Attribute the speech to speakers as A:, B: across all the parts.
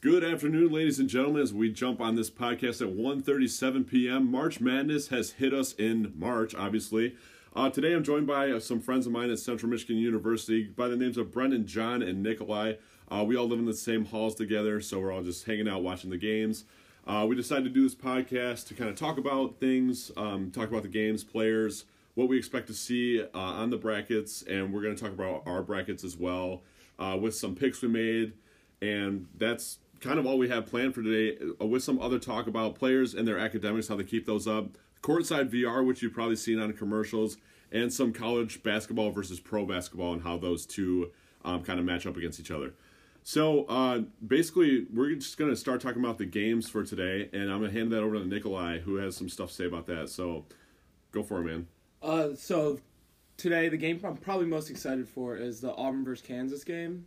A: Good afternoon, ladies and gentlemen. As we jump on this podcast at 1.37 p.m., March Madness has hit us in March, obviously. Uh, today, I'm joined by uh, some friends of mine at Central Michigan University by the names of Brendan, John, and Nikolai. Uh, we all live in the same halls together, so we're all just hanging out watching the games. Uh, we decided to do this podcast to kind of talk about things, um, talk about the games, players, what we expect to see uh, on the brackets, and we're going to talk about our brackets as well uh, with some picks we made. And that's kind of all we have planned for today, uh, with some other talk about players and their academics, how they keep those up, courtside VR, which you've probably seen on commercials, and some college basketball versus pro basketball and how those two um, kind of match up against each other. So uh, basically, we're just going to start talking about the games for today, and I'm going to hand that over to Nikolai, who has some stuff to say about that. So go for it, man.
B: Uh, so today the game I'm probably most excited for is the Auburn versus Kansas game.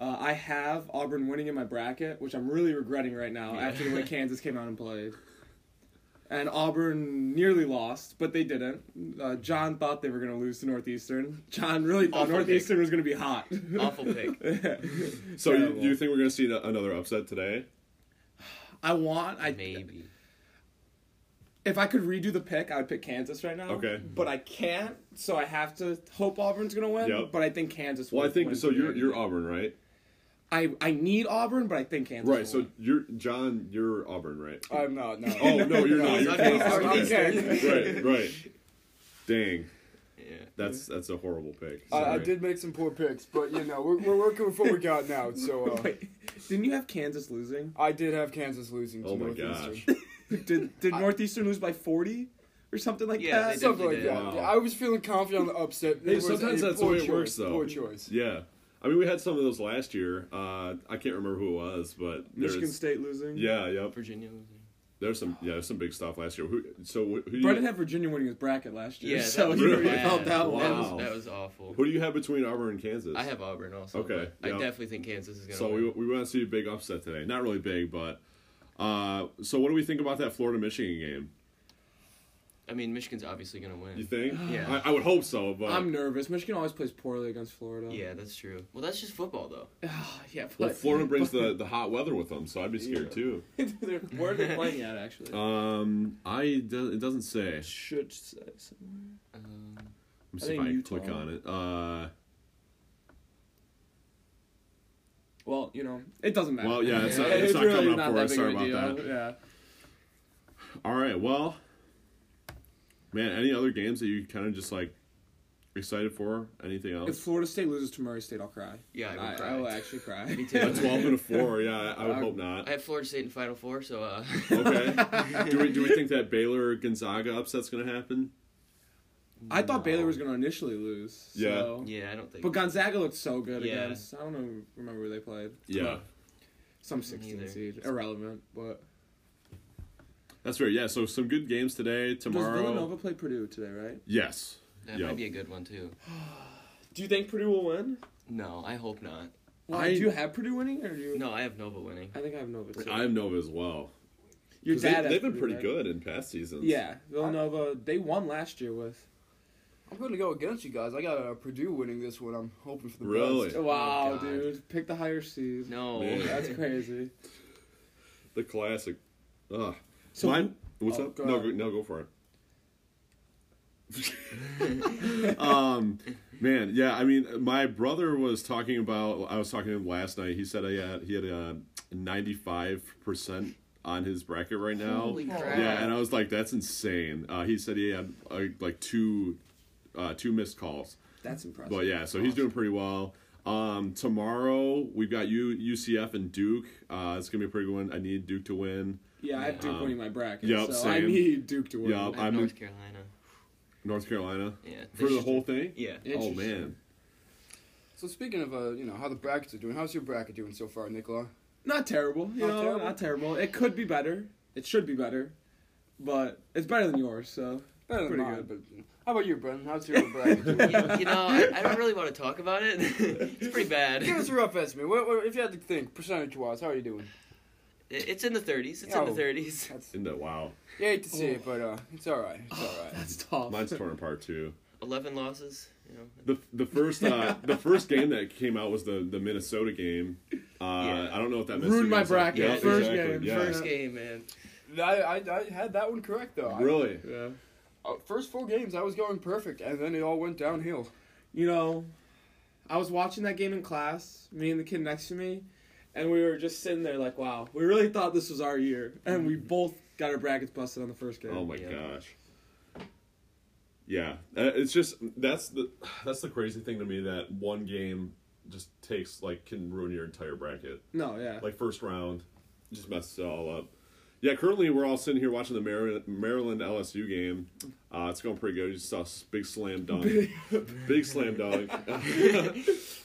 B: Uh, I have Auburn winning in my bracket, which I'm really regretting right now after the way Kansas came out and played. And Auburn nearly lost, but they didn't. Uh, John thought they were going to lose to Northeastern. John really thought
C: Awful pick.
B: Northeastern was going to be hot.
C: Awful pick.
A: So you,
B: Terrible.
A: you think we're going to see a- another upset today?
B: I want. I
C: Maybe.
B: if I could redo the pick, I would pick Kansas right now.
A: Okay.
B: But I can't, so I have to hope Auburn's going to win.
A: Yep.
B: But I think Kansas.
A: Well, I
B: wins-
A: think
B: wins
A: so.
B: the
A: You're
B: game.
A: you're Auburn, right?
B: I, I need Auburn, but I think Kansas.
A: Right.
B: will
A: So
B: win.
A: you're John. You're Auburn, right?
B: I'm not. No.
A: Oh no, you're not.
C: he's
A: You're
C: not
A: Kansas.
C: Kansas, he's
A: Okay. Right.
C: Kansas.
A: Right. Dang,
C: Yeah.
A: that's that's a horrible pick.
D: I, I
A: Sorry.
D: did make some poor picks, but you know we're, we're working with what we got now. So uh,
B: Wait, didn't you have Kansas losing?
D: I did have Kansas losing to
A: Oh my
D: Northeastern,
A: gosh.
B: Did did Northeastern lose by forty or something like
C: Yeah,
B: that?
C: they
D: something
C: Definitely
D: like
C: did.
D: that.
A: Wow.
D: Yeah, I was feeling confident on the upset. It
A: Hey,
D: was
A: sometimes
D: a
A: that's the
D: poor
A: way it works,
D: choice,
A: though.
D: Poor choice.
A: Yeah. I mean, we had some of those last year. Uh, I can't remember who it was, but there's
B: Michigan State losing.
A: Yeah, yep.
C: Virginia losing.
A: There's some yeah, there's some big stuff last year. Who so who do you
B: Brendan had Virginia winning his bracket last year,
C: Yeah,
B: so
C: that
B: you
A: Really?
B: already felt that one.
C: That
A: Wow.
C: was, that was awful.
A: who do you have between Auburn and Kansas?
C: I have Auburn also.
A: Okay,
C: but
A: yeah.
C: I definitely think Kansas is going to
A: So we
C: win.
A: we want to see a big upset today. Not really big, but uh, so what do we think about that Florida Michigan game?
C: I mean, Michigan's obviously going to
A: You
C: win.
A: think?
C: Yeah.
A: I, I would hope so, but
B: I'm nervous. Michigan always plays poorly against Florida.
C: Yeah, that's true. Well, that's just football, though.
B: Ah, yeah. But
A: well, Florida brings the, the hot weather with them, so I'd be scared too.
B: they're, where are they playing at actually?
A: Um, I do, it doesn't say.
B: should say somewhere.
A: Uh,
C: Um,
A: Let me
B: I
A: see if
B: think
A: I
B: Utah.
A: click on it. Uh,
B: Well, you know, it doesn't matter.
A: Well, yeah,
C: it's not- it's
A: not coming up for us. Sorry about
B: deal. Yeah.
A: all right, well, man, any other games that you kind of just like excited for? Anything else?
B: If Florida State loses to Murray State, I'll cry.
C: yeah, I
B: I,
C: would
B: I,
C: cry.
B: will actually cry.
C: Me
A: A
C: too.
A: 12 and a 4, yeah, I- I would hope not.
C: I have Florida State in Final Four, so uh,
A: Okay. do, we, do we think that Baylor Gonzaga upset's going to happen?
B: I thought Baylor was going to initially lose. So.
C: yeah, I don't think.
B: But Gonzaga looked so good
C: Yeah.
B: against. I don't know, remember who they played.
A: Yeah.
B: Some 16
C: Neither.
B: seed. Irrelevant, but.
A: That's right. Yeah, so some good games today,
B: Does
A: tomorrow.
B: Villanova play Purdue today, right?
A: Yes.
C: that
A: yeah.
C: might be a good one too.
B: Do you think Purdue will win?
C: No, I hope not.
B: Why?
A: I-
B: do you have Purdue winning, or do you.
C: No, I have Nova winning.
B: I think I have Nova too.
A: I have Nova as well.
B: Your
A: 'Cause they,
B: dad has
A: they've been pretty
B: Purdue, right?
A: good in past seasons.
B: Yeah. Villanova, they won last year with.
D: I'm going to go against you guys. I got uh, Purdue winning this one. I'm hoping for the
A: Really?
D: best.
B: Wow,
C: Oh, God.
B: dude. Pick the higher seed.
C: No,
A: Man.
B: That's crazy.
A: The classic. Ugh.
B: So
A: Mine? What's
B: oh,
A: up?
B: go
A: no,
B: ahead.
A: go, no, go for it. um, man, yeah. I mean, my brother was talking about. I was talking to him last night. He said he had he had a ninety five percent on his bracket right now.
C: Holy crap.
A: Yeah, and I was like, that's insane. Uh, he said he had uh, like two, uh, two missed calls.
B: That's impressive.
A: But yeah, so he's doing pretty well. Um, tomorrow we've got U- UCF and Duke. Uh, it's gonna be a pretty good one. I need Duke to win.
B: Yeah, I have Duke
A: Um,
B: winning my bracket,
A: yep,
B: so I
A: same.
B: need Duke to win.
A: Yup.
C: I
A: I'm
C: have
A: in-
C: North Carolina.
A: North Carolina
C: Yeah,
A: for
C: they
A: the
C: should-
A: whole thing.
C: Yeah,
A: Oh
B: Interesting.
A: man,
D: So speaking of uh, you know how the brackets are doing, how's your bracket doing so far, Nicola?
B: Not terrible, you
D: Not
B: know,
D: terrible?
B: not terrible. It could be better. It should be better, but it's better than yours. So
D: Better than
B: Pretty
D: mine,
B: good.
D: but you know. how about you, Brendan? How's your bracket doing?
C: you, you know, I, I don't really want to talk about it. it's pretty bad.
D: Give us a rough estimate. What, what, if you had to think percentage-wise, how are you doing?
C: It- It's in the 30s. It's in
D: Oh.
C: the 30s.
D: That's,
A: in the wow,
D: Oh. you hate to see it, but uh, it's all right. It's all
B: Oh.
D: right.
B: that's tough.
A: mine's torn apart too.
C: 11 losses. You know,
A: The, the first uh, the first game that came out was the, the Minnesota game. Uh,
C: Yeah.
A: I don't know if that missed
B: Ruined
A: you
B: my
A: guys.
B: bracket.
A: Yeah,
B: First
A: exactly.
B: game, Oh,
A: Yeah.
C: first game, man.
D: I, I, I had that one correct though. I-
A: Really?
B: Yeah.
D: uh, first four games, I was going perfect, and then it all went downhill.
B: You know, I was watching that game in class, me and the kid next to me, and we were just sitting there like, wow, we really thought this was our year. And we both got our brackets busted on the first game.
A: Mm-hmm. Oh my
C: Yeah.
A: gosh. Yeah, Uh, it's just that's the that's the crazy thing to me that one game just takes like can ruin your entire bracket.
B: No, yeah.
A: Like first round, just messes it all up. Yeah, currently we're all sitting here watching the Maryland, Maryland LSU game. Uh, it's going pretty good. You just saw s- big slam dunk, big slam dunk.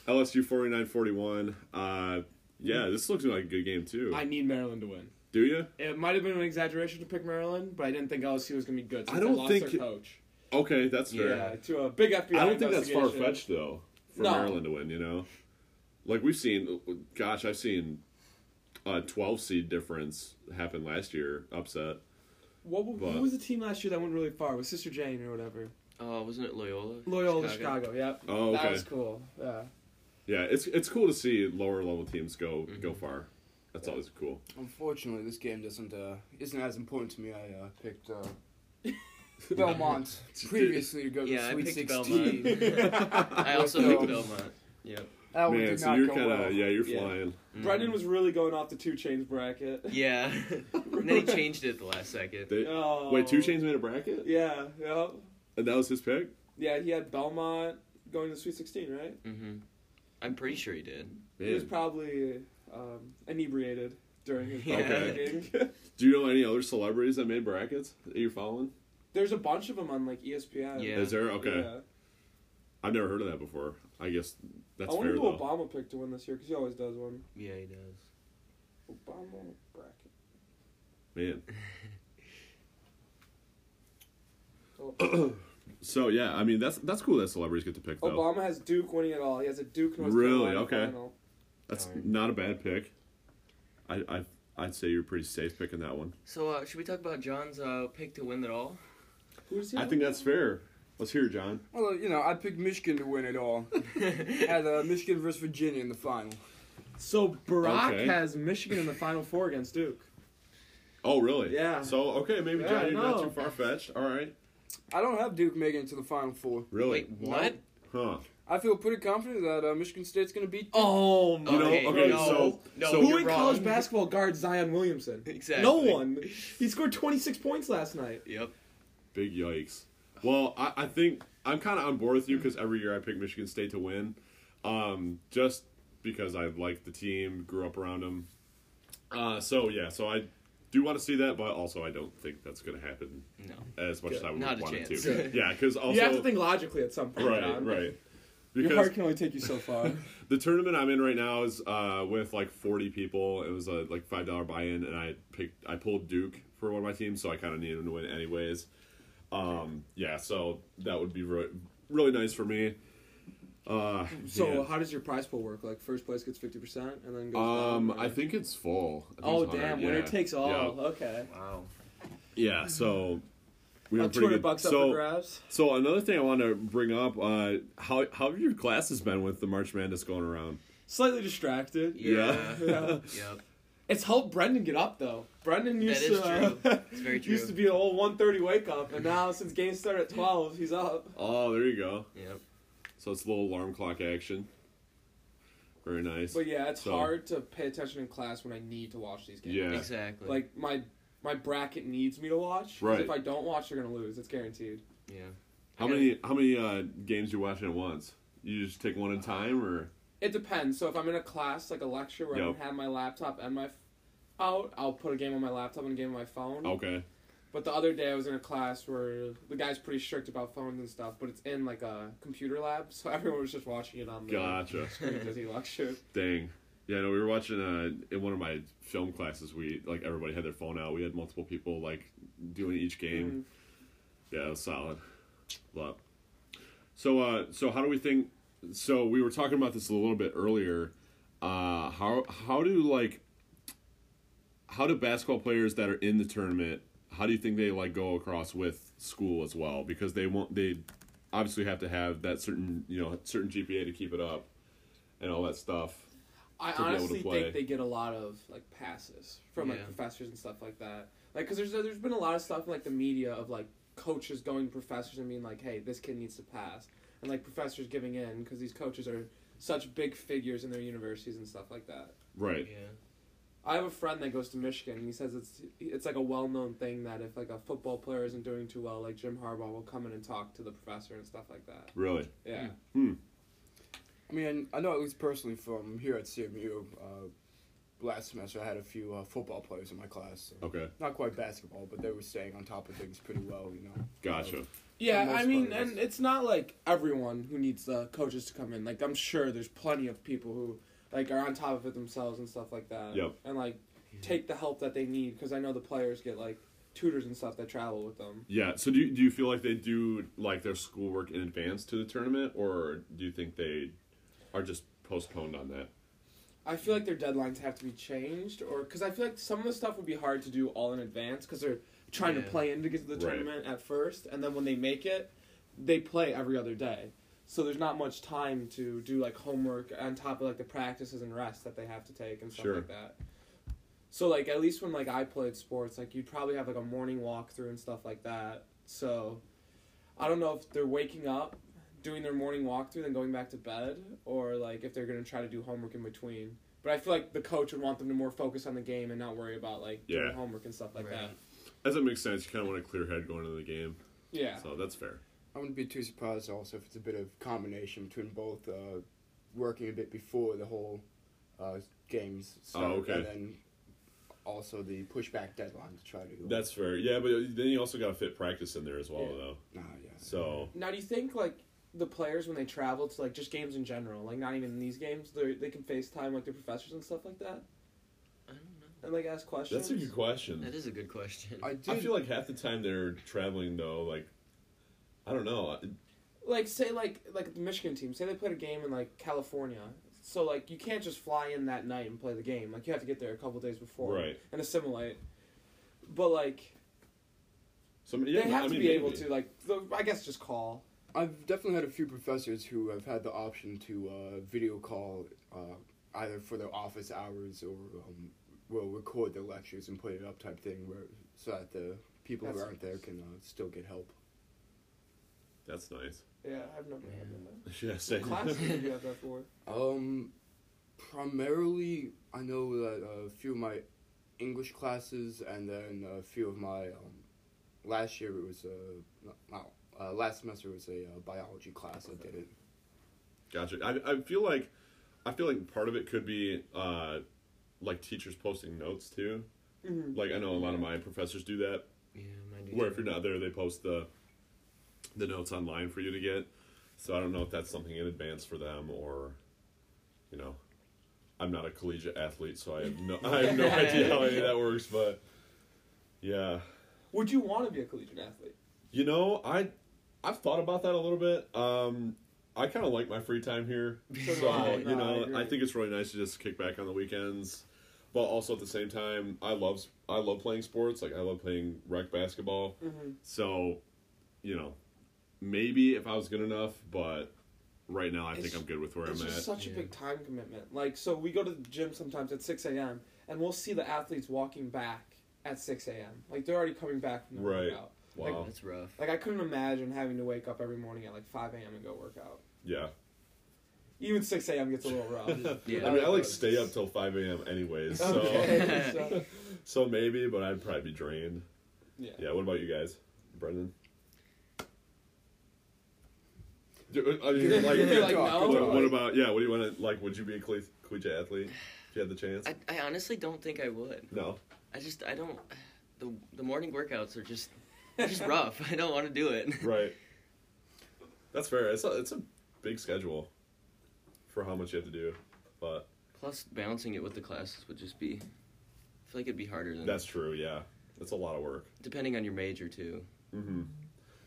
A: LSU 49-41. Uh, yeah, this looks like a good game too.
B: I need Maryland to win.
A: Do you?
B: It might have been an exaggeration to pick Maryland, but I didn't think LSU was going to be good. Since
A: I don't
B: they lost
A: think
B: their
A: it-
B: coach.
A: Okay, that's fair.
B: Yeah, to a big FBI.
A: I don't think that's far
B: investigation.
A: fetched though for
B: No.
A: Maryland to win. You know, like we've seen. Gosh, I've seen a twelve seed difference happen last year. Upset.
B: What, what
A: but-
B: was the team last year that went really far? It was Sister Jane or whatever?
C: Oh, wasn't it Loyola?
B: Loyola Chicago. Yep.
A: Oh, okay.
B: That was cool. Yeah.
A: Yeah, it's it's cool to see lower level teams go go
B: Mm-hmm.
A: far. That's always cool.
D: Unfortunately, this game doesn't uh, isn't as important to me. I uh, picked uh, Belmont previously to go to
C: Yeah, I
D: Sweet
C: picked
D: Sixteen.
C: I also
D: Yeah.
C: picked Belmont. Yep.
D: That one
A: Man,
D: did
A: so
D: not
A: you're
D: go
A: kind of
D: well.
A: yeah, you're
C: Yeah.
A: flying.
B: Brendan was really going off the two chains bracket.
C: Mm. Yeah. and then he changed it at the last second.
A: They,
B: Oh.
A: Wait, two chains made a bracket,
B: Yeah. Yep.
A: and that was his pick.
B: Yeah. He had Belmont going to the Sweet 16, right?
C: hmm I'm pretty sure he did.
B: He was
A: Man.
B: probably um, inebriated during his
C: Yeah.
B: bracket game.
A: Do you know any other celebrities that made brackets that you're following?
B: There's a bunch of them on like E ESPN.
C: Yeah.
A: Is there? Okay,
B: Yeah.
A: I've never heard of that before. I guess that's
B: I wonder
A: fair
B: who
A: though.
B: Obama picked to win this year because he always does one.
C: Yeah, he does.
B: Obama bracket.
A: Man,
B: Oh.
A: so yeah, I mean that's that's cool that celebrities get to pick though.
B: Obama has Duke winning it all. He has a Duke North
A: Really?
B: Carolina
A: Okay.
B: final.
A: That's
C: Darn.
A: not a bad pick. I, I I'd say you're pretty safe picking that one.
C: So, uh, should we talk about John's uh, pick to win it all?
B: Who does he
A: I
B: have?
A: think that's fair. Let's hear, it, John.
D: Well, you know, I picked Michigan to win it all. Had uh, Michigan versus Virginia in the final.
B: so. Barack
A: Okay.
B: has Michigan in the Final Four against Duke.
A: Oh, really?
B: Yeah.
A: So okay, maybe
B: Yeah,
A: John, you're not
B: no.
A: too far fetched. All right.
D: I don't have Duke making it to the final four.
A: Really?
C: Wait, what?
A: Huh?
D: I feel pretty confident that uh, Michigan State's going to beat.
B: Oh
A: You know, okay,
C: no,
A: so-
C: no,
A: so-
B: Who
C: you're
B: in
C: wrong.
B: college basketball guards Zion Williamson?
C: Exactly.
B: No one. He scored 26 points last night.
C: Yep.
A: Big yikes. Well, I, I think I'm kind of on board with you because every year I pick Michigan State to win, um, just because I like the team, grew up around them. Uh, so yeah, so I do want to see that, but also I don't think that's going to happen
C: No.
A: as much as I would
C: Not a
A: want it
C: chance.
A: to. Yeah, because also
B: you have to think logically at some point.
A: right,
B: John.
A: right.
B: Your
A: Because
B: heart can only take you so far.
A: the tournament I'm in right now is uh, with like 40 people. It was a like five dollar buy-in, and I picked I pulled Duke for one of my teams, so I kind of needed them to win anyways. Um, yeah, so that would be re- really nice for me. Uh,
B: so
A: man.
B: how does your prize pool work? Like first place gets 50 percent, and then goes.
A: um,
B: down, or-
A: I think it's full. I think
B: Oh
A: it's 100,
B: damn! Winner
A: yeah.
B: takes all.
A: Yeah.
B: Okay.
C: Wow.
A: Yeah, so we
B: About
A: have pretty
B: 200
A: good.
B: bucks up
A: so
B: for grabs.
A: so another thing I want to bring up, uh, how how have your classes been with the March Madness going around?
B: Slightly distracted.
C: Yeah.
B: Yeah.
C: yep.
B: It's helped Brendan get up though. Brendan used
C: is
B: to uh,
C: true. It's very true.
B: used to be an old 1:30 wake up, and now since game started at 12, he's up.
A: Oh, there you go.
C: Yep.
A: So it's a little alarm clock action. Very nice.
B: But yeah, it's
A: So-
B: hard to pay attention in class when I need to watch these games.
A: Yeah.
C: Exactly.
B: Like my my bracket needs me to watch. 'cause
A: Right.
B: If I don't watch, they're gonna lose. It's guaranteed.
C: yeah.
A: How many how many uh, games you watching at once? You just take one at a time, or
B: It depends. So if I'm in a class like a lecture where I
A: Yep.
B: don't have my laptop and my f- out, I'll put a game on my laptop and a game on my phone.
A: okay,
B: But the other day I was in a class where the guy's pretty strict about phones and stuff, but it's in like a computer lab, so everyone was just watching it on the
A: gotcha.
B: screen as he lectured.
A: Dang. Yeah, no, we were watching uh, in one of my film classes. We like everybody had their phone out. We had multiple people like doing each
B: Mm.
A: game. Yeah, it was solid. But so uh, so how do we think? So we were talking about this a little bit earlier. Uh, how how do like how do basketball players that are in the tournament? How do you think they like go across with school as well? Because they won't they obviously have to have that certain you know certain GPA to keep it up, and all that stuff.
B: I
A: to be able to
B: honestly
A: play.
B: think they get a lot of like passes from like
C: Yeah.
B: professors and stuff like that. Like, cause there's there's been a lot of stuff in like the media of like coaches going to professors and being like, hey, this kid needs to pass, and like professors giving in because these coaches are such big figures in their universities and stuff like that.
A: Right.
C: Yeah.
B: I have a friend that goes to Michigan. and He says it's it's like a well known thing that if like a football player isn't doing too well, like Jim Harbaugh will come in and talk to the professor and stuff like that.
A: Really.
B: Yeah.
D: I mean, I know at least personally from here at CMU, uh, last semester I had a few uh, football players in my class. So
A: Okay.
D: not quite basketball, but they were staying on top of things pretty well, you know.
A: Gotcha.
B: Yeah,
D: most
B: I mean,
D: part, yes.
B: and it's not like everyone who needs the coaches to come in. Like I'm sure there's plenty of people who like are on top of it themselves and stuff like that.
A: Yep.
B: And like take the help that they need because I know the players get like tutors and stuff that travel with them.
A: Yeah. So do you, do you feel like they do like their schoolwork in advance to the tournament, or do you think they are just postponed on that?
B: I feel like their deadlines have to be changed, or because I feel like some of the stuff would be hard to do all in advance because they're trying to
C: Yeah.
B: play in to get to the
A: Right.
B: tournament at first, and then when they make it, they play every other day. So there's not much time to do like homework on top of like the practices and rest that they have to take and stuff
A: Sure.
B: like that. So like at least when like I played sports, like you'd probably have like a morning walkthrough and stuff like that. So I don't know if they're waking up, doing their morning walkthrough, then going back to bed, or like if they're gonna try to do homework in between. But I feel like the coach would want them to more focus on the game and not worry about like
A: Yeah.
B: doing homework and stuff like that.
C: Right.
A: As that makes sense, you kind of want a clear head going into the game.
B: Yeah.
A: So that's fair.
D: I wouldn't be too surprised also if it's a bit of combination between both uh, working a bit before the whole uh, games start
A: Oh, okay.
D: and then also the pushback deadline to try to.
A: That's fair. Yeah, but then you also got to fit practice in there as well,
B: Yeah.
A: though.
D: Ah, yeah.
A: So
B: Now, do you think like the players when they travel to like just games in general, like not even these games, they they can FaceTime like their professors and stuff like that,
C: I don't know.
B: and like ask questions.
A: that's a good question.
C: That is a good question.
D: I did.
A: I feel like half the time they're traveling though, like I don't know.
B: like say like like the Michigan team, say they played a game in like California. So like you can't just fly in that night and play the game. Like you have to get there a couple days before
A: Right.
B: and assimilate. But like
A: So yeah,
B: they have
A: I
B: to
A: mean,
B: be able
A: maybe.
B: to like the, I guess just call.
D: I've definitely had a few professors who have had the option to uh, video call uh, either for their office hours or um, will record their lectures and put it up type thing where so that the people who
B: That's
D: aren't there can uh, still get help.
A: That's nice.
B: Yeah, I've never had
C: Yeah.
B: that.
A: Yeah, same.
B: What classes did you have that for?
D: Um, primarily, I know that uh, a few of my English classes and then a few of my um, last year it was a not, uh, last semester it was a uh, biology class I did it.
A: Gotcha. I, I feel like I feel like part of it could be uh, like teachers posting notes too.
B: Mhm.
A: Like I know a lot of my professors do that.
C: yeah, mine do
A: Where if
C: too.
A: you're not there, they post the the notes online for you to get. So I don't know if that's something in advance for them or, you know, I'm not a collegiate athlete, so I have no I have no idea how any of that works. But yeah,
B: Would you want to be a collegiate athlete?
A: you know, I I've thought about that a little bit. Um, I kind of like my free time here,
B: So do
A: so
B: I.
A: you
B: No, I
A: know,
B: agree.
A: I, think it's really nice to just kick back on the weekends. But also at the same time, I love I love playing sports. Like I love playing rec basketball.
B: Mm-hmm.
A: So, you know, maybe if I was good enough, but right now I
B: It's-
A: think I'm good with where
B: It's
A: I'm at.
B: just such a
C: Yeah.
B: big time commitment. Like, so we go to the gym sometimes at 6 a.m., and we'll see the athletes walking back at 6 a.m. Like, they're already coming back from the
A: Right.
B: workout.
A: wow.
C: That's rough.
B: Like, I couldn't imagine having to wake up every morning at like 5 a.m. and go work out.
A: yeah.
B: Even 6 a.m. gets a little rough.
A: I mean, I like
D: Uh,
A: stay up till 5 a.m. anyways, so
B: Okay, so-
A: so maybe, but I'd probably be drained.
B: yeah.
A: Yeah. What about you guys, Brendan? Do- uh, I mean, like,
B: You're
D: like, no.
A: what, what about yeah? What do you want to like? Would you be a cle- collegiate athlete if you had the chance?
C: I, I honestly don't think I would.
A: no.
C: I just I don't. The the morning workouts are just they're just rough. I don't want to do it.
A: Right. That's fair. It's a, it's a big schedule for how much you have to do, but
C: Plus, balancing it with the classes would just be. I feel like it'd be harder than
A: That's true. Yeah, that's a lot of work.
C: depending on your major too.
A: hmm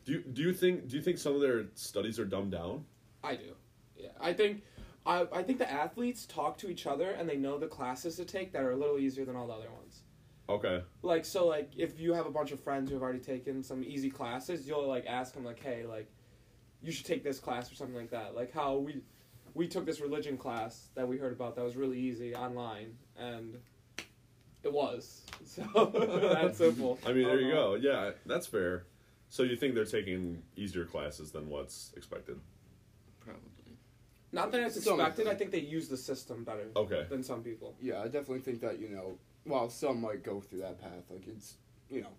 A: Do you do you think do you think some of their studies are dumbed down?
B: I do. Yeah. I think. I, I think the athletes talk to each other and they know the classes to take that are a little easier than all the other ones.
A: Okay.
B: like so like if you have a bunch of friends who have already taken some easy classes you'll like ask them like hey like you should take this class or something like that. Like how we we took this religion class that we heard about that was really easy online, and it was so that's simple.
A: I mean, there you
B: Uh-huh.
A: go. Yeah, that's fair. So you think they're taking easier classes than what's expected?
C: Probably.
B: Not that it's
D: Some of
B: expected. I
D: them.
B: think they use the system better
A: Okay.
B: than some people.
D: Yeah, I definitely think that you know, while some might go through that path, like it's you know,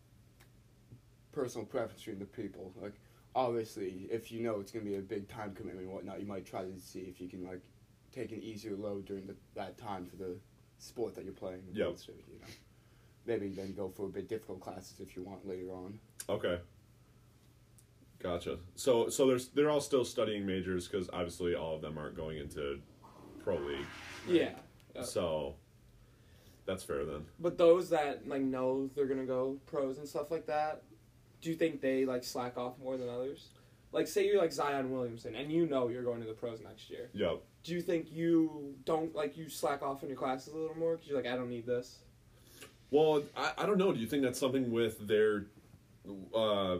D: personal preference between the people. Like obviously, if you know it's gonna be a big time commitment and whatnot, you might try to see if you can like take an easier load during the, that time for the sport that you're playing.
A: Yeah.
D: So, You know, maybe then go for a bit difficult classes if you want later on.
A: Okay. Gotcha. So so there's they're all still studying majors because obviously all of them aren't going into pro league.
B: Yeah, Yeah.
A: So that's fair then.
B: but those that like know they're gonna go pros and stuff like that, do you think they like slack off more than others? Like say you're like Zion Williamson and you know you're going to the pros next year.
A: Yep.
B: do you think you don't like you slack off in your classes a little more because you're like I don't need this?
A: Well, I, I don't know. Do you think that's something with their, uh,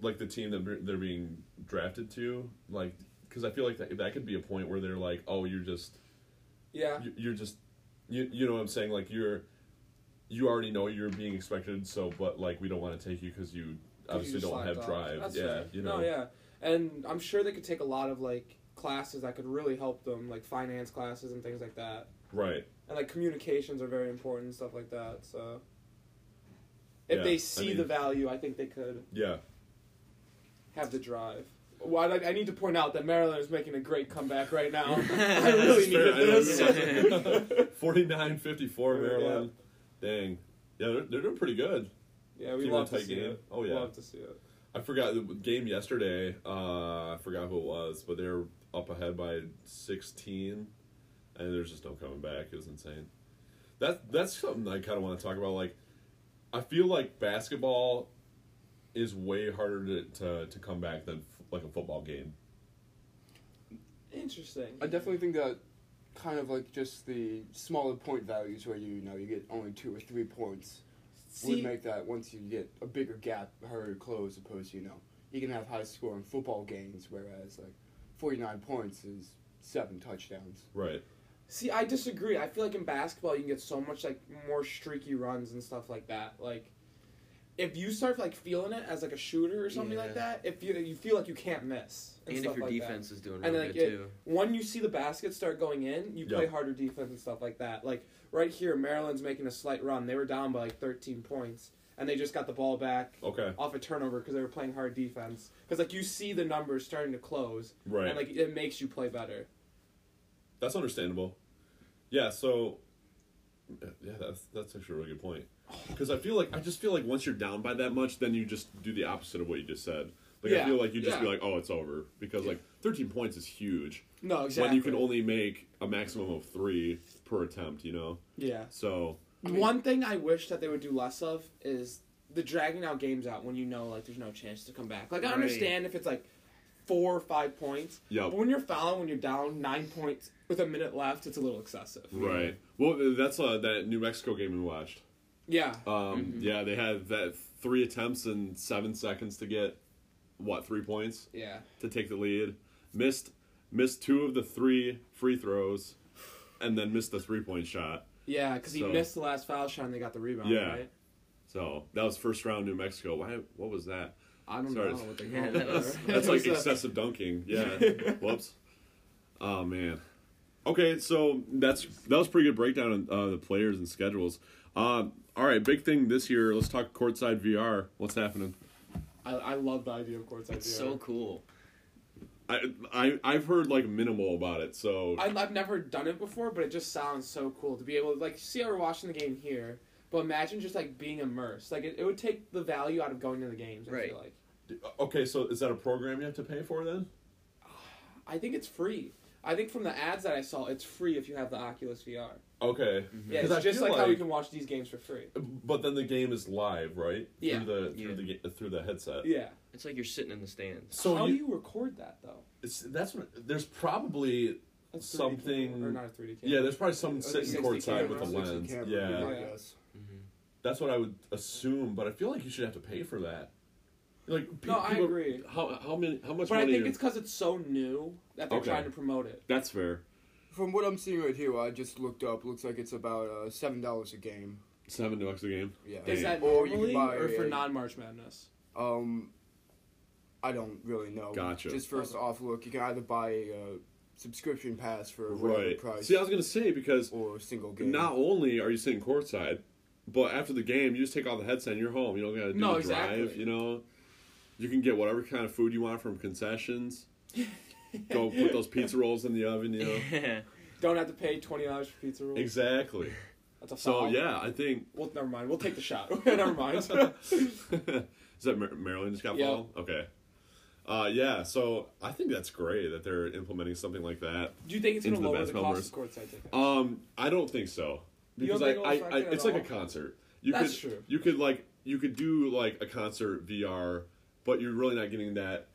A: like the team that they're being drafted to? Like, because I feel like that that could be a point where they're like, oh, you're just
B: Yeah,
A: you- you're just you, you know what i'm saying like you're you already know you're being expected so but like we don't want to take you because you
B: 'Cause you
A: obviously
B: just
A: don't
B: slacked
A: have
B: off.
A: drive
B: That's
A: yeah
B: fair.
A: you know
B: No, yeah, and I'm sure they could take a lot of like classes that could really help them, like finance classes and things like that,
A: right
B: and like communications are very important and stuff like that. So if
A: Yeah, I
B: they see the
A: mean-
B: value, I think they could
A: yeah
B: have the drive. Well, I, I need to point out that Maryland is making a great comeback right now. I really
A: That's fair.
B: needed this.
A: I remember. 49 54
B: Yeah.
A: maryland dang yeah they're, they're doing pretty good
B: yeah, we
A: Keeping a
B: love to
A: tight
B: see
A: game.
B: it.
A: Oh, yeah.
B: love to see it.
A: i forgot the game yesterday uh i forgot who it was but they were up ahead by 16 and there's just no coming back it was insane that that's something i kind of want to talk about like I feel like basketball is way harder to, to, to come back than f- like a football game.
B: Interesting.
D: I definitely think that kind of like just the smaller point values where you, you know you get only two or three points
B: See,
D: would make that once you get a bigger gap hurried close opposed to, you know you can have high scoring football games whereas like 49 points is seven touchdowns
A: Right.
B: See, I disagree. I feel like in basketball you can get so much like more streaky runs and stuff like that. Like if you start like feeling it as like a shooter or something like
C: Yeah.
B: that, if you you feel like you can't miss and,
C: And,
B: stuff
C: if your
B: like
C: defense is doing
B: And
C: really
B: like
C: good
B: it-
C: too.
B: that. When you see the baskets start going in, you play
A: Yeah.
B: harder defense and stuff like that. Like right here, Maryland's making a slight run. They were down by like 13 points, and they just got the ball back
A: Okay.
B: off a turnover because they were playing hard defense. Because like you see the numbers starting to close,
A: Right.
B: and like it makes you play better.
A: that's understandable. Yeah. So. Yeah, that's that's actually a really good point. Because I feel like I just feel like once you're down by that much, then you just do the opposite of what you just said. Like I
B: Yeah,
A: feel like you just be
B: yeah.
A: like, oh, it's over. Because like 13 points is huge
B: No, exactly.
A: when you can only make a maximum of three per attempt. You know.
B: yeah.
A: So
B: One thing I wish that they would do less of is the dragging out games out when you know like there's no chance to come back. Like I
C: Right.
B: understand if it's like four or five points,
A: yeah.
B: but when you're fouling when you're down nine points with a minute left, it's a little excessive.
A: Right. Well, that's uh, that New Mexico game we watched.
B: Yeah.
A: Um,
B: Mm-hmm.
A: Yeah, they had that three attempts in seven seconds to get what three points
B: Yeah.
A: to take the lead. Missed missed two of the three free throws, and then missed the three point shot.
B: Yeah, because he
A: So-
B: missed the last foul shot and they got the rebound.
A: Yeah.
B: Right.
A: So that was first round New Mexico. Why? What was that?
B: I don't
A: Sorry.
B: know what they
C: Yeah,
B: call
C: that
B: that.
C: was-
A: That's like
B: It was a-
A: excessive dunking. Yeah. Whoops. Oh man. Okay, so that's that was pretty good breakdown of uh, the players and schedules. Um, all right, big thing this year. Let's talk courtside VR. What's happening?
B: I, I love the idea of courtside.
C: It's
B: VR.
C: so cool.
A: I, I I've heard like minimal about it. So
B: I, I've never done it before, but it just sounds so cool to be able to like see how we're watching the game here, but imagine just like being immersed. Like it, it would take the value out of going to the games. I
C: Right.
B: feel like
A: okay, so is that a program you have to pay for then?
B: I think it's free. I think from the ads that I saw, it's free if you have the Oculus VR.
A: Okay,
B: Yeah,
A: 'Cause
B: it's
A: I
B: just
A: feel
B: like, how you
A: like-
B: can watch these games for free.
A: but then the game is live, right?
B: Yeah.
A: Through the through
C: Yeah.
A: the ga- through the headset.
B: Yeah.
C: It's like you're sitting in the stands.
A: Uh, So
B: how
A: you,
B: do you record that though?
A: it's, that's what there's probably
B: A 3D
A: Something-
B: camera, or not a 3D camera.
A: yeah there's probably someone
D: Uh,
A: sitting
B: 60
A: courtside with a
B: cameras,
A: lens.
D: 60 camera,
A: Yeah,
D: I
B: Yeah.
D: guess.
A: that's what I would assume. But I feel like you should have to pay for that. Like pe-
B: No, I
A: people-
B: agree.
A: How how many how much
B: But I
A: money?
B: think
A: are-
B: it's because it's so new that they're
A: Okay.
B: trying to promote it.
A: that's fair.
D: From what I'm seeing right here, I just looked up. Looks like it's about uh, seven dollars a game.
A: Seven bucks a game.
D: Yeah.
A: Is
B: Is
A: that
B: that
D: Or you can
B: normally
D: buy
B: or for
D: a-
B: non March Madness?
D: Um, I don't really know.
A: Gotcha.
D: Just first off, look, you can either buy a uh, subscription pass for whatever
A: Right.
D: price,
A: See, I was gonna say because
D: or a single game.
A: not only are you sitting courtside, but after the game, you just take off the headset and you're home. You don't gotta do
B: No,
A: the drive.
B: exactly.
A: You know, you can get whatever kind of food you want from concessions. Go put those pizza rolls in the oven. You know
B: Don't have to pay twenty dollars for pizza rolls.
A: exactly.
B: That's a
A: So
B: foul.
A: yeah, I think
B: Well, never mind. We'll take the shot. never mind.
A: Is that Mar- Maryland just got
B: Yeah.
A: fouled? Okay. Uh, yeah, so I think that's great that they're implementing something like that.
B: Do you think it's going
A: Into
B: to
A: the
B: lower the
A: basketball
B: cost of courtside tickets?
A: Um, I don't think so
B: You don't
A: because I,
B: think
A: I,
B: it'll
A: I
B: affect it
A: it's
B: at
A: like a
B: all?
A: concert. You
B: That's
A: could,
B: true.
A: You could like you could do like a concert VR, but you're really not getting that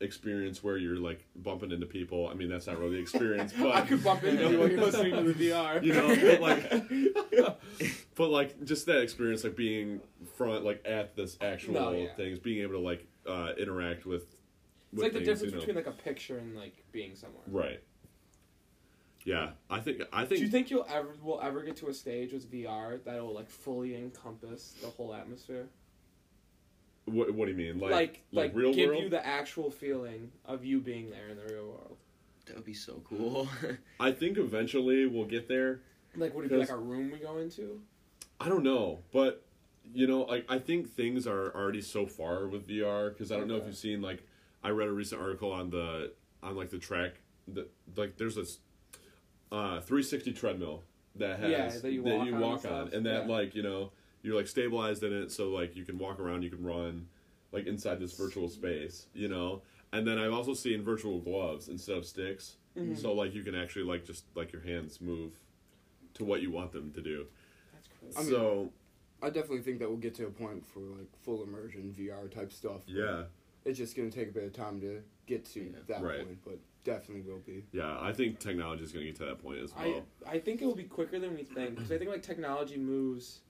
A: experience where you're like bumping into people. I mean, that's not really the experience, but
B: I could bump into you when you're listening to the VR.
A: you know, but like, but like just that experience, like being front, like at this actual
B: No, yeah.
A: things, being able to like uh, interact with.
B: it's like the difference between like a picture and like being somewhere.
A: right. Yeah, I think I
B: Do
A: think,
B: you think you'll ever will ever get to a stage with VR that'll like fully encompass the whole atmosphere?
A: What, what do you mean? Like
B: Like like,
A: like, real
B: give
A: world.
B: you the actual feeling of you being there in the real world.
C: that would be so cool.
A: I think eventually we'll get there.
B: Like would it be like
A: Because-
B: a room we go into?
A: I don't know, but you know, like I think things are already so far with VR because I don't know if
B: Okay.
A: you've seen like I read a recent article on the on like the track the like there's this uh 360 treadmill that has
B: Yeah, that you walk on and
A: walk
B: stuff,
A: and that
B: yeah.
A: like you know you're like stabilized in it so like you can walk around you can run like inside this virtual space you know and then I've also seen virtual gloves instead of sticks
B: Mm-hmm.
A: so like you can actually like just like your hands move to what you want them to do
B: That's crazy.
D: I mean-
A: so
D: I definitely think that we'll get to a point for like full immersion VR type stuff.
A: yeah
D: It's just gonna take a bit of time to get to
C: Yeah.
D: that
A: Right.
D: point, but definitely will be.
A: Yeah, I think technology is going to get to that point as well.
B: I I think it will be quicker than we think because I think like technology moves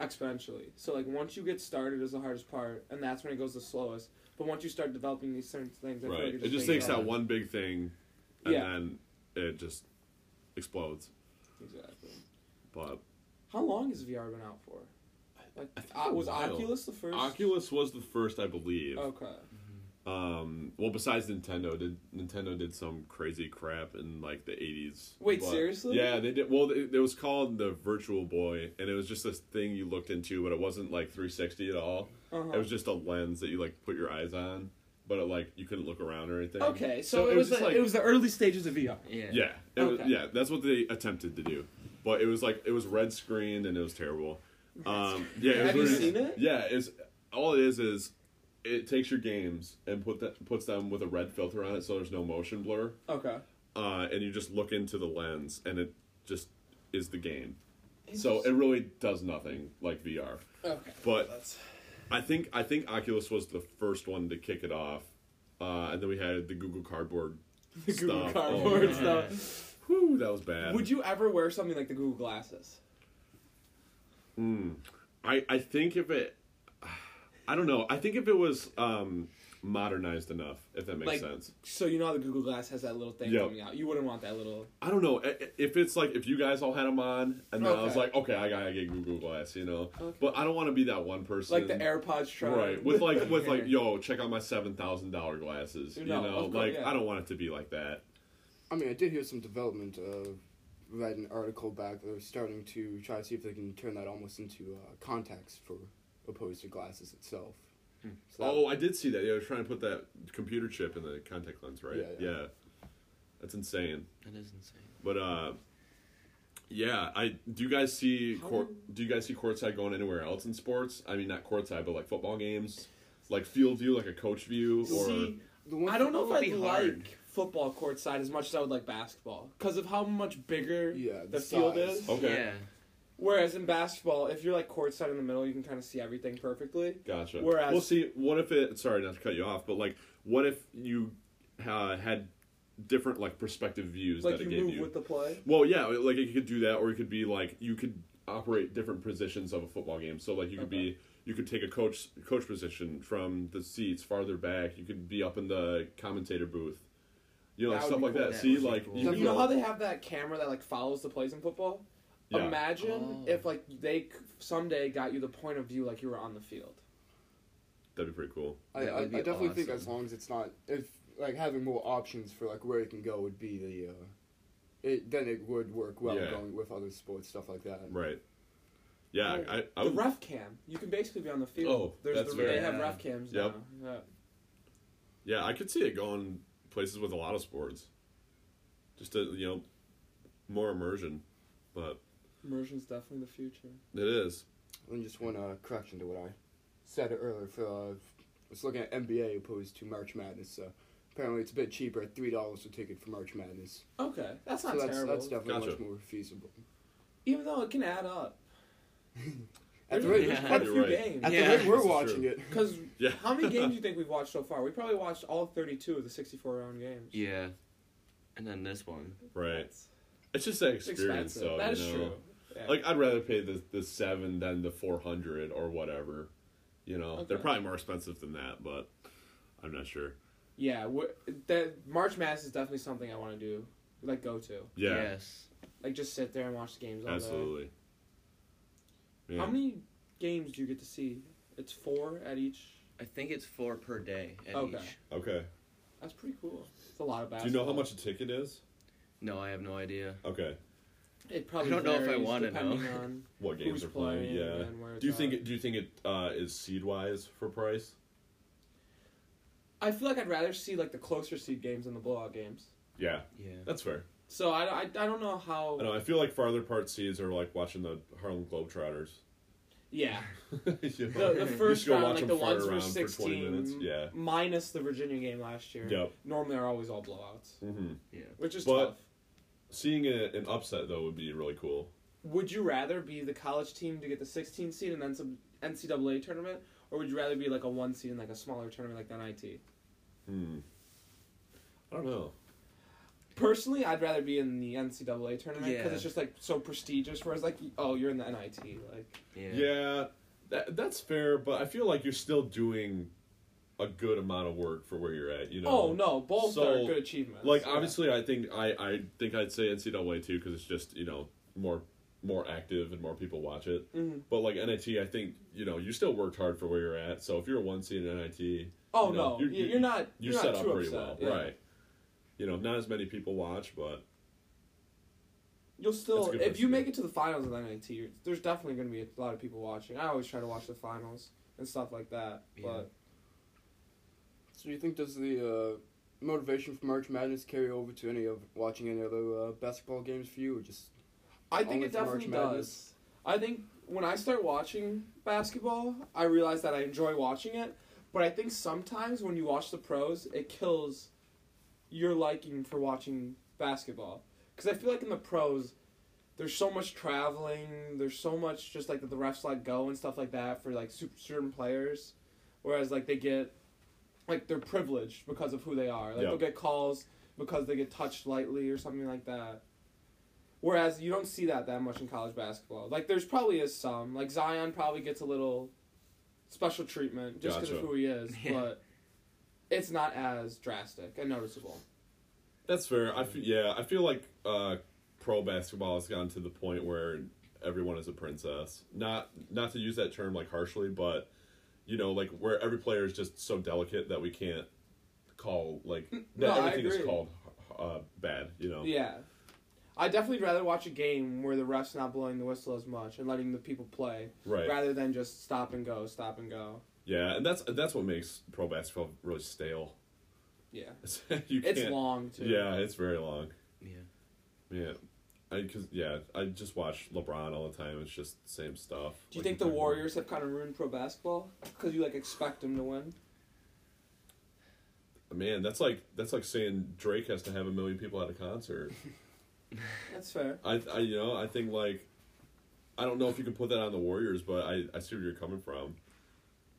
B: exponentially. So like once you get started is the hardest part, and that's when it goes the slowest. But once you start developing these certain things, I feel
A: right.
B: like
A: It just takes that
B: off.
A: one big thing and
B: Yeah.
A: then it just explodes.
B: Exactly.
A: But
B: How long has VR been out for? Like,
A: I think
B: uh,
A: a
B: was
A: while.
B: Oculus the first?
A: Oculus was the first, I believe.
B: Okay.
A: Um, well, besides Nintendo, did Nintendo did some crazy crap in like the eighties?
B: Wait, seriously?
A: Yeah, they did. Well, it, it was called the Virtual Boy, and it was just this thing you looked into, but it wasn't like 360 at all.
B: Uh-huh.
A: It was just a lens that you like put your eyes on, but it, like you couldn't look around or anything.
B: okay, so, it was,
A: just,
B: the, it was the early stages of VR.
C: yeah.
A: Yeah, it was,
B: Okay.
A: yeah, that's what they attempted to do, but it was like it was red screened and it was terrible. Um, yeah, it was
B: Have you
A: literally-
B: seen it?
A: Yeah, it's all it is is it takes your games and put that puts them with a red filter on it, so there's no motion blur,
B: Okay.
A: uh, and you just look into the lens and it just is the game. So it really does nothing like VR.
B: Okay.
A: But
B: That's-
A: I think I think Oculus was the first one to kick it off, uh, and then we had the Google Cardboard.
B: the Google
A: stuff.
B: Cardboard
A: Oh,
C: God.
B: stuff.
A: Whew, that was bad.
B: Would you ever wear something like the Google Glasses?
A: Mm. I I think if it, I don't know. I think if it was um, modernized enough, if that makes
B: Like-
A: sense.
B: So you know how the Google Glass has that little thing
A: Yeah.
B: coming out. You wouldn't want that little.
A: I don't know I- I- if it's like if you guys all had them on, and then I was
B: Okay.
A: like, okay, I gotta get Google Glass, you know.
B: Okay.
A: But I don't want to be that one person.
B: Like the AirPods Tron.
A: Right, with like with like, yo, check out my seven thousand dollar glasses. You
B: No,
A: know,
B: of course,
A: like
B: yeah.
A: I don't want it to be like that.
D: I mean, I did hear some development. Uh, read an article back. They're starting to try to see if they can turn that almost into uh, contacts for opposed to glasses itself.
C: Hmm.
D: So that-
A: Oh, I did see that. Yeah, they're trying to put that computer chip in the contact lens, right?
D: Yeah, yeah.
A: yeah. that's insane.
C: That is insane.
A: But uh, yeah, I do. You guys see
B: How
A: court?
B: do-
A: Do you guys see courtside going anywhere else in sports? I mean, not courtside, but like football games, like field view, like a coach view, or
B: See,
D: the one
B: I don't know
C: Football
B: if
C: would
B: I
C: be
B: would
C: hard.
B: like football courtside as much as I would like basketball because of how much bigger
D: Yeah,
B: the
D: the
B: field
D: size.
B: is.
A: okay,
C: Yeah.
B: Whereas in basketball, if you're like courtside in the middle, you can kind of see everything perfectly.
A: gotcha.
B: Whereas-
A: well, see, what if it? Sorry, not to cut you off, but like, what if you uh, had different like perspective views
B: like
A: that it
B: you
A: gave
B: move
A: you?
B: with the play.
A: Well, yeah, like you could do that, or it could be like you could operate different positions of a football game. So like you could be you could take a coach coach position from the seats farther back. You could be up in the commentator booth, you know, like
B: That would
A: stuff
B: be
A: like
B: cool.
A: that.
C: That
A: See,
C: would be
A: like
C: cool.
A: you,
B: You,
A: could
B: know
A: go-
B: how they have that camera that like follows the plays in football?
A: Yeah.
B: Imagine
C: Oh.
B: if like they c- someday got you the point of view like you were on the field.
A: that'd be pretty cool.
D: I,
C: That
D: I, I
C: would be
D: definitely think
C: awesome.
D: as long as it's not if like having more options for like where it can go would be the uh, it then it would work well
A: Yeah.
D: going with other sports stuff like that.
A: Right. Yeah,
B: Oh,
A: I, I, I
B: the
A: would,
B: ref cam. You can basically be on the field.
A: Oh,
B: There's
A: that's
B: the,
A: very-
B: they have
C: Yeah.
B: ref cams
A: Yep.
B: now. Yeah.
A: yeah, I could see it going places with a lot of sports. Just to, you know, more immersion, but
B: Immersion's definitely the future.
A: it is.
D: And just one uh, correction to what I said earlier. For uh, I was looking at NBA opposed to March Madness. Uh, apparently, it's a bit cheaper at three dollars a ticket for March Madness.
B: Okay, that's not
D: so that's
B: terrible.
D: that's definitely
A: Gotcha.
D: much more feasible.
B: Even though it can add up.
D: At
B: There's,
D: the rate,
B: there's
C: Yeah.
B: quite a
A: You're
B: few
A: right.
B: games.
D: at
C: Yeah.
D: the rate we're
A: This is
D: watching
A: true.
D: it,
B: Because
A: Yeah.
B: how many games do you think we've watched so far? We probably watched all 32 of the 64 round games.
C: Yeah. And then this one.
A: right.
B: That's
A: It's just an experience,
B: expensive.
A: though.
B: that is
A: you know?
B: true. Yeah.
A: Like I'd rather pay the the seven than the four hundred or whatever. You know, they're
B: Okay.
A: probably more expensive than that, but I'm not sure.
B: yeah, wh- that March Madness is definitely something I want to do. Like go to,
A: Yeah,
C: Yes.
B: like just sit there and watch the games all
A: absolutely.
B: day.
A: Yeah.
B: How many games do you get to see? It's four at each.
C: I think it's four per day at
B: Okay.
C: each.
A: Okay.
B: That's pretty cool. It's a lot of
A: Do you
B: basketball.
A: know how much a ticket is?
C: No, I have no idea.
A: Okay.
B: It probably
C: I don't know if I
B: varies
C: wanna know.
B: depending on
A: What games
B: who's
A: are playing? yeah.
B: and where
A: do you
B: it's
A: think
B: at.
A: it, do you think it uh, is seed wise for price?
B: I feel like I'd rather see like the closer seed games than the blowout games.
A: Yeah,
C: Yeah.
A: that's fair.
B: So I, I, I don't know
A: I
B: how.
A: don't know. I feel like farther part seeds are like watching the Harlem Globetrotters.
B: yeah,
A: You know?
B: the, the
A: You
B: first
A: just go
B: round,
A: watch
B: like
A: them
B: the
A: fart
B: ones
A: around
B: through
A: for 20 minutes.
B: sixteen,
A: Yeah.
B: minus the Virginia game last year.
A: Yep.
B: Normally are always all blowouts,
A: hmm
B: which is
A: But-
B: tough.
A: Seeing a, an upset though would be really cool.
B: Would you rather be the college team to get the 16 seed and then some NCAA tournament, or would you rather be like a one seed in like a smaller tournament like the NIT?
A: Hmm. I don't know.
B: Personally, I'd rather be in the NCAA tournament because
C: Yeah.
B: it's just like so prestigious. Whereas like, oh, you're in the NIT, like
C: Yeah.
A: Yeah, that, that's fair, but I feel like you're still doing a good amount of work for where you're at. You know.
B: oh no, both
A: So,
B: are good achievements.
A: Like
B: Yeah.
A: obviously, I think I I think I'd say NCAA too because it's just you know more more active and more people watch it.
B: Mhm.
A: But like NIT, I think you know you still worked hard for where you're at. So if you're a one seed in NIT, you
B: Oh
A: know,
B: no,
A: you're,
B: you're,
A: you're,
B: you're not.
A: you're
B: You're,
A: set
B: not
A: up
B: too
A: pretty
B: upset.
A: well,
B: yeah.
A: right? You know, not as many people watch, but
B: You'll
A: That's
B: still,
A: a good
B: if you
A: precedent.
B: make it to the finals of the NIT, you're, there's definitely going to be a lot of people watching. I always try to watch the finals and stuff like that.
C: Yeah.
B: But
D: so you think does the uh, motivation for March Madness carry over to any of watching any other uh, basketball games for you, or just
B: I think
D: Only
B: it
D: for March
B: definitely
D: Madness.
B: does. I think when I start watching basketball, I realize that I enjoy watching it. But I think sometimes when you watch the pros, it kills your liking for watching basketball. Because I feel like in the pros, there's so much traveling, there's so much just like that the refs let go and stuff like that for like super certain players. Whereas like they get like they're privileged because of who they are. Like
A: Yeah.
B: they'll get calls because they get touched lightly or something like that. Whereas you don't see that that much in college basketball. Like there's probably is some. Like Zion probably gets a little special treatment just because
A: Gotcha.
B: of who he is,
C: Yeah.
B: but it's not as drastic and noticeable.
A: That's fair. I
B: Um,
A: feel, yeah, I feel like uh, pro basketball has gotten to the point where everyone is a princess. Not not to use that term like harshly, but you know, like where every player is just so delicate that we can't call like
B: Mm, no,
A: that
B: I
A: everything is
B: agree.
A: called uh, bad. You know,
B: Yeah. I definitely rather watch a game where the refs not blowing the whistle as much and letting the people play
A: right?
B: rather than just stop and go, stop and go.
A: Yeah, and that's that's what makes pro basketball really stale.
B: Yeah.
A: you can't,
B: It's long too.
A: Yeah, it's very long.
C: Yeah.
A: Yeah. I, cause yeah, I just watch LeBron all the time. It's just same stuff.
B: Do you
A: Like
B: think the
A: talking about.
B: Warriors have kind of ruined pro basketball because you like expect them to win?
A: Man, that's like that's like saying Drake has to have a million people at a concert.
B: That's fair.
A: I, I you know I think like I don't know if you can put that on the Warriors, but I I see where you're coming from.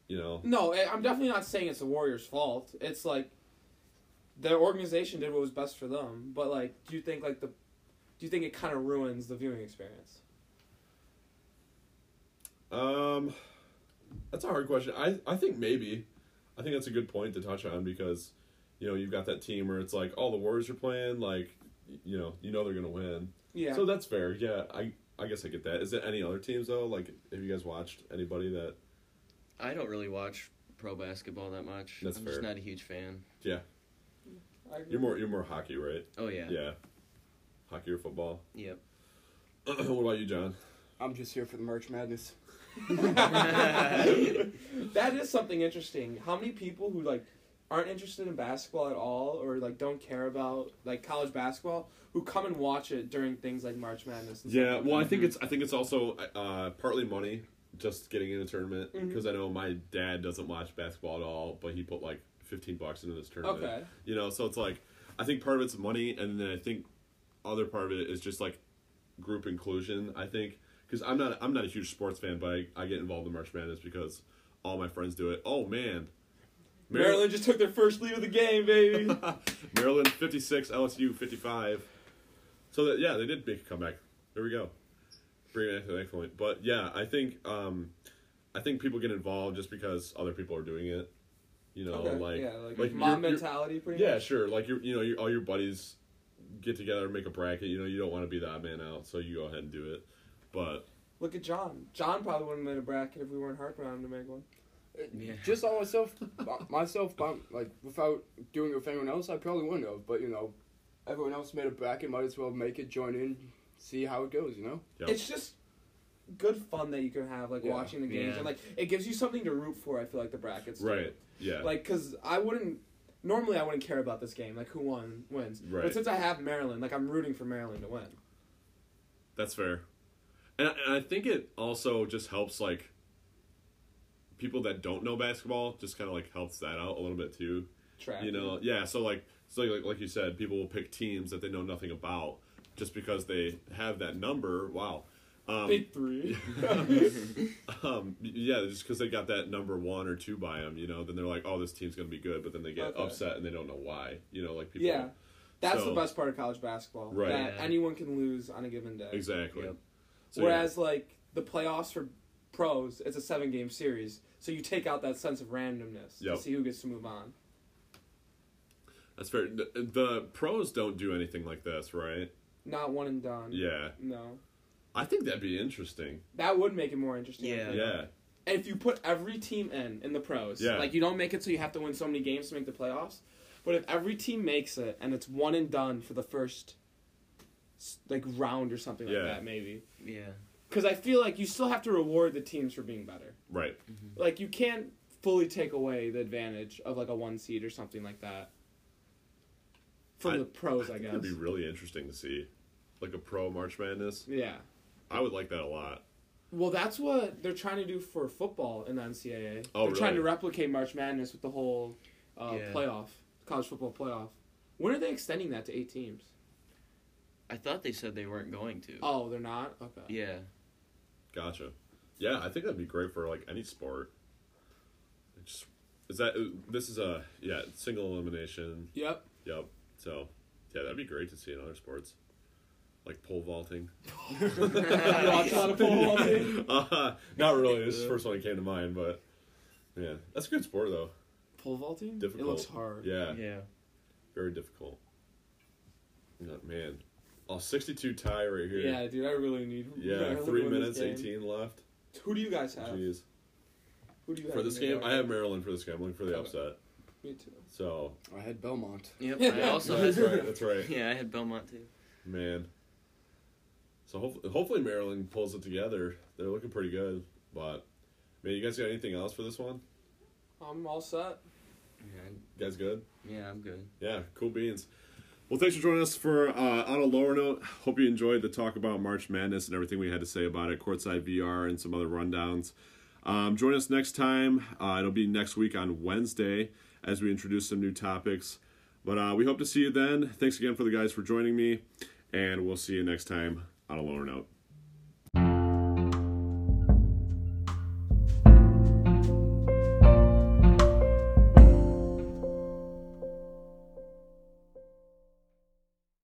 A: You know,
B: No, I- I'm definitely not saying it's the Warriors' fault. It's like their organization did what was best for them. But like, do you think like the do you think it kind of ruins the viewing experience?
A: um, That's a hard question. I, I think maybe. I think that's a good point to touch on because, you know, you've got that team where it's like, oh, the Warriors are playing, like, y- you know, you know they're gonna win.
B: Yeah.
A: So that's fair. Yeah, I I guess I get that. Is there any other teams though? Like, have you guys watched anybody that?
C: I don't really watch pro basketball that much.
A: That's
C: I'm
A: fair.
C: just not a huge fan.
B: I agree.
A: You're more you're more hockey, right?
C: Oh yeah.
A: Yeah. Hockey or football?
C: Yep.
A: what about you, John?
D: I'm just here for the merch madness.
B: That is something interesting. How many people who like aren't interested in basketball at all or like don't care about like college basketball who come and watch it during things like March Madness? And
A: Yeah,
B: stuff
A: well, I
B: like
C: Mm-hmm.
A: think it's I think it's also uh, partly money, just getting in a tournament
C: Mm-hmm.
B: Mhm.
A: because I know my dad doesn't watch basketball at all, but he put like fifteen bucks into this
B: that.
A: tournament.
B: okay.
A: You know, so it's like I think part of it's money, and then I think other part of it is just like group inclusion. I think because I'm not I'm not a huge sports fan, but I, I get involved in March Madness because all my friends do it. Oh man,
B: Maryland just took their first lead of the game, baby.
A: Maryland 56, LSU 55. So that yeah, they did make a comeback. There we go. Bring it back to the next point. But yeah, I think um, I think people get involved just because other people are doing it. You know,
B: Okay,
A: like
B: yeah, like,
A: like
B: mom
A: you're- you're-
B: mentality, pretty
A: yeah,
B: much.
A: sure. Like you you know, you all your buddies get together and make a bracket. You know, you don't want to be the odd man out, so you go ahead and do it. But
B: Look at John. John probably wouldn't have made a bracket if we weren't harping on him to make one.
C: Yeah.
D: Just on myself, by- myself, by, like without doing it with anyone else, I probably wouldn't have. But you know, everyone else made a bracket, might as well make it, join in, see how it goes. You know,
A: Yeah.
B: It's just good fun that you can have like
D: Yeah.
B: watching the games
C: Yeah.
B: and like it gives you something to root for. I feel like the brackets. do.
A: right, yeah,
B: Like, cause I wouldn't normally I wouldn't care about this game, like who won wins.
A: Right.
B: But since I have Maryland, like I'm rooting for Maryland to win.
A: that's fair. And, I- and I think it also just helps like people that don't know basketball just kind of like helps that out a little bit too.
B: Track.
A: you know yeah so like so like, like you said people will pick teams that they know nothing about just because they have that number wow um,
B: Big three.
A: um yeah just because they got that number one or two by them you know then they're like oh this team's gonna be good but then they get
B: Okay.
A: upset and they don't know why you know like people
B: yeah. That's
A: So-
B: the best part of college basketball.
A: Right.
B: That
C: Yeah.
B: anyone can lose on a given day.
A: exactly
C: Yep.
A: So, yeah.
B: Whereas like the playoffs for pros, it's a seven game series. So you take out that sense of randomness
A: Yep.
B: to see who gets to move on.
A: that's fair the, the pros don't do anything like this right
B: Not one and done.
A: yeah
B: No.
A: i think that'd be interesting
B: That would make it more interesting. I
C: Yeah.
B: think.
A: yeah
B: And if you put every team in in the pros,
A: Yeah.
B: like you don't make it so you have to win so many games to make the playoffs. But if every team makes it and it's one and done for the first s- like round or something
A: Yeah.
B: like that, maybe.
C: Yeah.
B: Because I feel like you still have to reward the teams for being better.
A: right
B: Like you can't fully take away the advantage of like a one seed or something like that from
A: I-
B: the pros,
A: I
B: I,
A: think
B: guess.
A: it'd be really interesting to see like a pro march madness
B: yeah.
A: i would like that a lot
B: Well, that's what they're trying to do for football in the NCAA.
A: Oh,
B: they're trying to
A: really?
B: replicate March Madness with the whole uh,
C: Yeah.
B: playoff, college football playoff. When are they extending that to eight teams?
C: I thought they said they weren't going to.
B: Oh, they're not. Okay.
C: Yeah.
A: Gotcha. Yeah, I think that'd be great for like any sport. It just is that uh, this is a yeah single elimination.
B: Yep.
A: Yep. So yeah, that'd be great to see in other sports, like pole vaulting.
B: Watch a lot of pole vaulting.
A: uh, not really. This is the first one that came to mind, but yeah, that's a good sport though.
B: Pole vaulting.
A: Difficult.
B: It looks hard.
A: Yeah,
C: Yeah.
A: very difficult. Oh, man, oh, 62 tie right here.
B: Yeah, dude, I really need.
A: Yeah,
B: I really
A: three
B: want this
A: minutes,
B: game.
A: 18 left.
B: Who do you guys have?
A: Jeez.
B: Who do you have
A: For this
B: in your
A: game, I
B: bracket?
A: have Maryland for this game. I'm looking for the
B: Okay.
A: upset.
B: Me too.
A: So
D: I had Belmont.
C: Yep. I also
A: No, that's
C: had,
A: right. That's right.
C: yeah, I had Belmont too.
A: Man. So hopefully, hopefully Maryland pulls it together. They're looking pretty good. But man, you guys got anything else for this one?
B: I'm all set.
C: Yeah,
A: You guys good?
C: yeah I'm good.
A: Yeah, cool beans. Well, thanks for joining us for uh, on a lower note. Hope you enjoyed the talk about March Madness and everything we had to say about it, courtside VR and some other rundowns. Um, join us next time. Uh, it'll be next week on Wednesday as we introduce some new topics. But uh, we hope to see you then. Thanks again for the guys for joining me, and we'll see you next time on a lower note.